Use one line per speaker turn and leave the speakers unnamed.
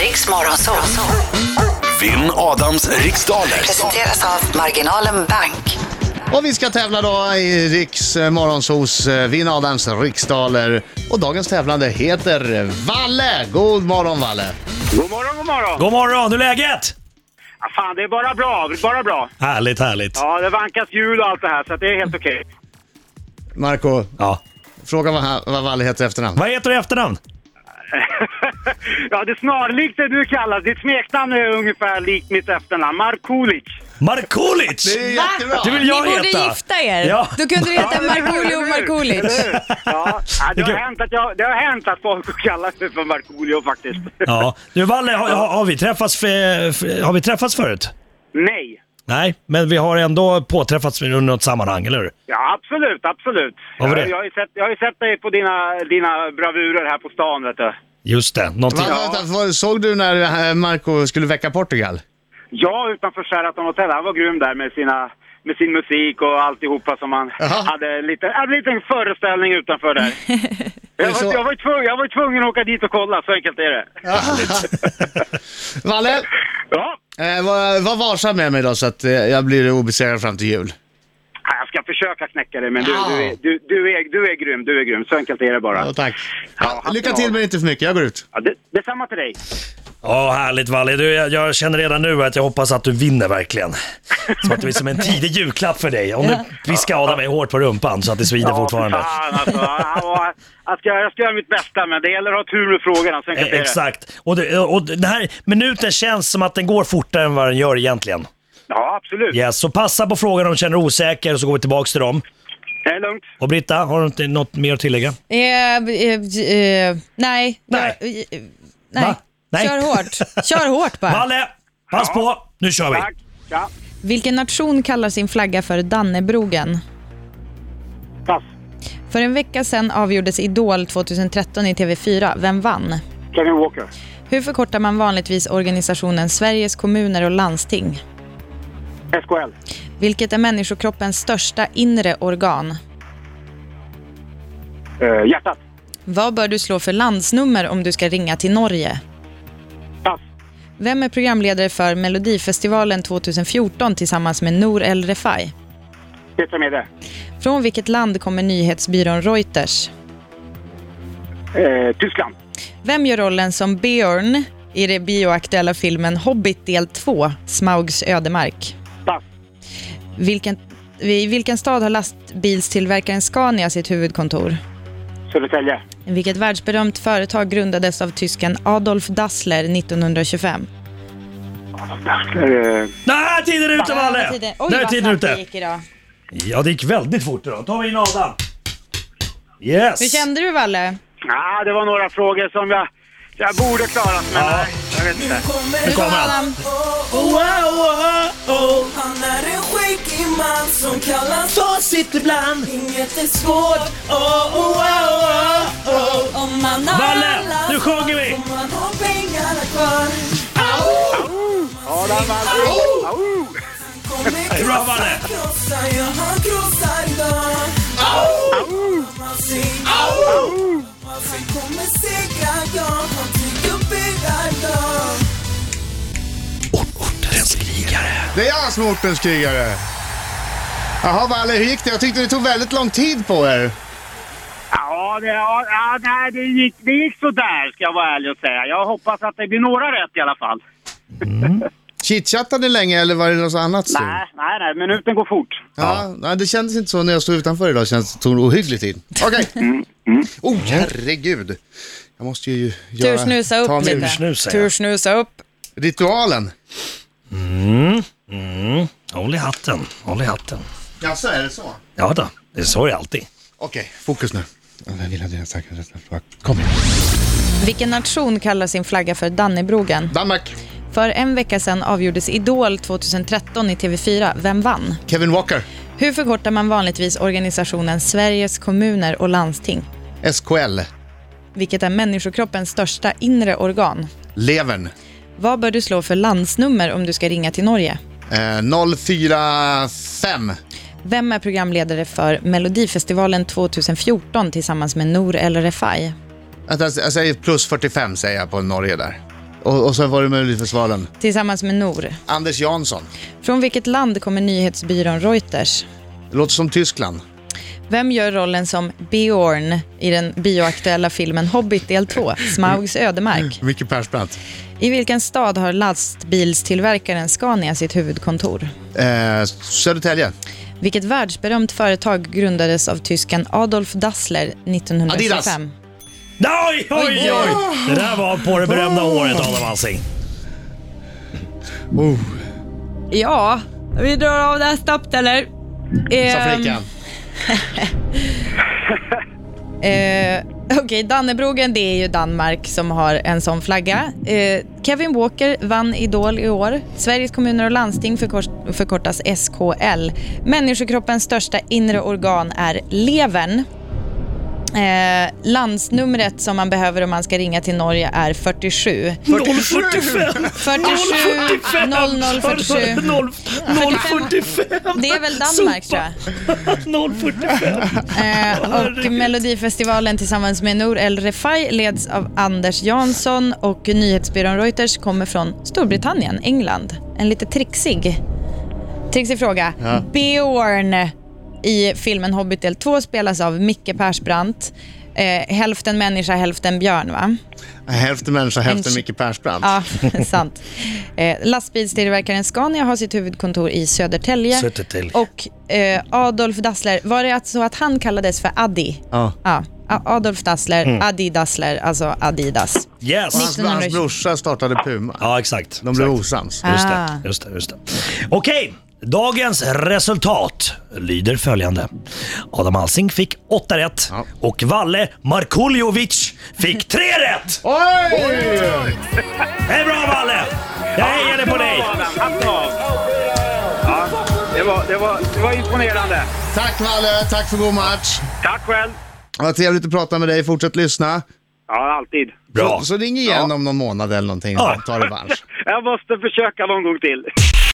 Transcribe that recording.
Riks Morgonzoo.
Vinn Adams riksdaler.
Presenteras av Marginalen Bank.
Och vi ska tävla då i Riks eh, Morgonzos eh, Vinn Adams riksdaler. Och dagens tävlande heter Valle. God morgon Valle.
God morgon, god morgon.
God morgon, hur är läget?
Ah, fan, det är bara bra, bara bra.
Härligt, härligt.
Ja, det vankas jul och allt det här, så att det är helt okej.
Marco,
Ja.
fråga vad, han- vad Valle heter i efternamn.
Vad heter du i efternamn?
ja, det är snarlikt det du kallar. Ditt smeknamn är ungefär likt mitt efternamn, Markoolic.
Markoolic!
Det är jättebra.
Det vill
Ni
jag
borde
heta.
gifta er.
Ja.
Då kunde du heta Markoolio och Markoolic.
Ja, ja, det, har
Vilken-
hänt att jag, det har hänt att folk kallar mig för Markoolio faktiskt.
Ja. Du Valle, har, har, har, vi träffats, eh, f- har vi träffats förut?
Nej.
Nej, men vi har ändå påträffats under något sammanhang, eller hur?
Ja, absolut, absolut.
Vad var det?
Jag, jag, har ju sett, jag har ju sett dig på dina, dina bravurer här på stan, vet du.
Just det, någonting.
Va, vänta, vad- såg du när eh, Marco skulle väcka Portugal?
Ja, utanför Sheraton Hotel. Han var grym där med, sina, med sin musik och alltihopa som han
Jaha.
hade en liten, hade en liten föreställning utanför där. jag,
så?
var, jag, var ju tvungen, jag var ju tvungen att åka dit och kolla, så enkelt är det.
Valle,
Ja,
eh, var, var varsam med mig då så att eh, jag blir obesegrad fram till jul.
Ja, jag ska försöka knäcka det, men du, du, är, du, du, är, du är grym, du är grym. Så enkelt är det bara.
Ja, tack.
Ja,
Lycka till men inte för mycket, jag går ut.
Ja, det, detsamma till dig.
Ja, härligt Valle. Du, jag, jag känner redan nu att jag hoppas att du vinner verkligen. Som att det blir som en tidig julklapp för dig. Om du piskar Adam mig hårt på rumpan så att det svider fortfarande.
fan alltså. Ja, ja, jag, ska, jag ska göra mitt bästa, men det gäller att ha tur med frågorna. Så enkelt är
Eh,
det.
Exakt. Och, det, eh, och den här minuten känns som att den går fortare än vad den gör egentligen.
Ja, absolut.
Yes, så passa på frågan om du känner dig osäker så går vi tillbaka till dem.
Det är lugnt.
Och Britta, har du inte något mer att tillägga?
Eh, eh, eh, nej.
Nej.
Jag, eh, nej.
Va? Nej.
Kör hårt. Kör hårt bara.
Valle, pass på! Nu kör vi!
Tack. Ja.
Vilken nation kallar sin flagga för Dannebrogen?
Pass.
För en vecka sedan avgjordes Idol 2013 i TV4. Vem vann?
Kevin Walker.
Hur förkortar man vanligtvis organisationen Sveriges kommuner och landsting?
SKL.
Vilket är människokroppens största inre organ?
Eh, hjärtat.
Vad bör du slå för landsnummer om du ska ringa till Norge?
Pass.
Vem är programledare för Melodifestivalen 2014 tillsammans med Nour El Refai?
Petra Mede.
Från vilket land kommer nyhetsbyrån Reuters?
Eh, Tyskland.
Vem gör rollen som Björn i den bioaktuella filmen Hobbit del 2, Smaugs ödemark?
Pass.
Vilken, I vilken stad har lastbilstillverkaren Scania sitt huvudkontor?
Södertälje.
Vilket världsberömt företag grundades av tysken Adolf Dassler 1925?
Eh,
Nej, tiden är ute Valle!
Oj,
Där är
vad
tiden
snabbt det
ute!
gick idag.
Ja, det gick väldigt fort idag. Då tar vi in Adam. Yes!
Hur kände du, Valle?
ah, det var några frågor som jag, jag borde klarat, men
Ja.
nej, jag vet inte.
Nu kommer han.
Adam,
Oh, oh, oh, oh.
Han är en skäggig man som kallas
Facit ibland.
Inget är svårt
Oh, oh, oh, oh, oh.
om man har
Valle,
alla
nu sjunger vi!
svar, får man har pengarna kvar
är
Kommer
bra, Valle.
krossa, krossa, ja han krossar idag Man ser- Man ser kommer segra, ja han tycker bygga idag
Ortens krigare.
Det är jag som är ortens krigare. Jaha Valle, hur gick det? Jag tyckte det tog väldigt lång tid på er.
Ja, det, ja, ja, nej, det, gick, det gick sådär, ska jag vara ärlig och säga. Jag hoppas att det blir några rätt i alla fall.
Chitchattade ni länge eller var det något annat? så?
Nej, nej, nej, minuten går fort.
Ja, nej, det kändes inte så när jag stod utanför idag. Känns det tog ohygglig tid. Okej. Oh, herregud. Jag måste ju göra...
Tursnusa
ta
upp
min-
lite.
Tursnusa, ja.
Tursnusa upp.
Ritualen.
Mm, Håll i hatten, håll i hatten.
Jaså, är det så?
Ja då, det är så är det alltid.
Okej, fokus nu. Jag vill att jag säkert rätt svar. Kom igen.
Vilken nation kallar sin flagga för Dannebrogen?
Danmark.
För en vecka sedan avgjordes Idol 2013 i TV4. Vem vann?
Kevin Walker.
Hur förkortar man vanligtvis organisationen Sveriges kommuner och landsting?
SKL.
Vilket är människokroppens största inre organ.
Levern.
Vad bör du slå för landsnummer om du ska ringa till Norge?
Eh, 045.
Vem är programledare för Melodifestivalen 2014 tillsammans med Nour El Refai?
Vänta, Jag säger plus 45 säger jag på Norge där. Och, och sen var du med i Melodifestivalen.
tillsammans med Nor.
Anders Jansson.
Från vilket land kommer nyhetsbyrån Reuters?
Det låter som Tyskland.
Vem gör rollen som Bjorn i den bioaktuella filmen Hobbit del 2, Smaugs ödemark?
Micke Persbrandt.
I vilken stad har lastbilstillverkaren Scania sitt huvudkontor?
Eh, Södertälje.
Vilket världsberömt företag grundades av tysken Adolf Dassler 1925?
Adidas.
Oj, oj, oj! Det där var på det berömda året, Adam Alsing.
Oh,
Ja, vi drar av det här snabbt eller?
sa
Ehm,
flickan.
Eh, Okej, Dannebrogen det är ju Danmark som har en sån flagga. Eh, Kevin Walker vann Idol i år. Sveriges kommuner och landsting förkor- förkortas SKL. Människokroppens största inre organ är levern. Eh, landsnumret som man behöver om man ska ringa till Norge är 47.
045!
47 0047.
045!
Det är väl Danmark tror jag.
045!
Eh, och
Herregud.
Melodifestivalen tillsammans med Nour El Refai leds av Anders Jansson och nyhetsbyrån Reuters kommer från Storbritannien, England. En lite trixig, trixig fråga. Bjorn i filmen Hobbit del 2 spelas av Micke Persbrandt. Eh, hälften människa, hälften björn va?
Hälften människa, hälften
En-
Micke Persbrandt.
Ja, sant. Eh, lastbilstillverkaren Scania har sitt huvudkontor i Södertälje.
Södertälje.
Och eh, Adolf Dassler, var det alltså att han kallades för Addi?
Ja.
Ja, A- Adolf Dassler, Adi Dassler, alltså Adidas.
Yes!
Hans, hans
1920.
brorsa startade Puma.
Ja, exakt.
De blev
exakt.
osams.
Just
Ah.
det, just det, just det. Okej, dagens resultat lyder följande. Adam Alsing fick åtta rätt
Ja.
och Valle Markuljovic fick tre rätt!
Oj!
Det är bra Valle! Jag hejade på dig!
Hatten av! Ja, det var, det, var, det var imponerande.
Tack Valle, tack för god match.
Tack själv!
Ja, Vad trevligt att prata med dig, fortsätt lyssna.
Ja, alltid.
Bra!
Så, så ring igen om någon månad eller någonting,
Ja.
ta revansch.
Jag måste försöka någon gång till.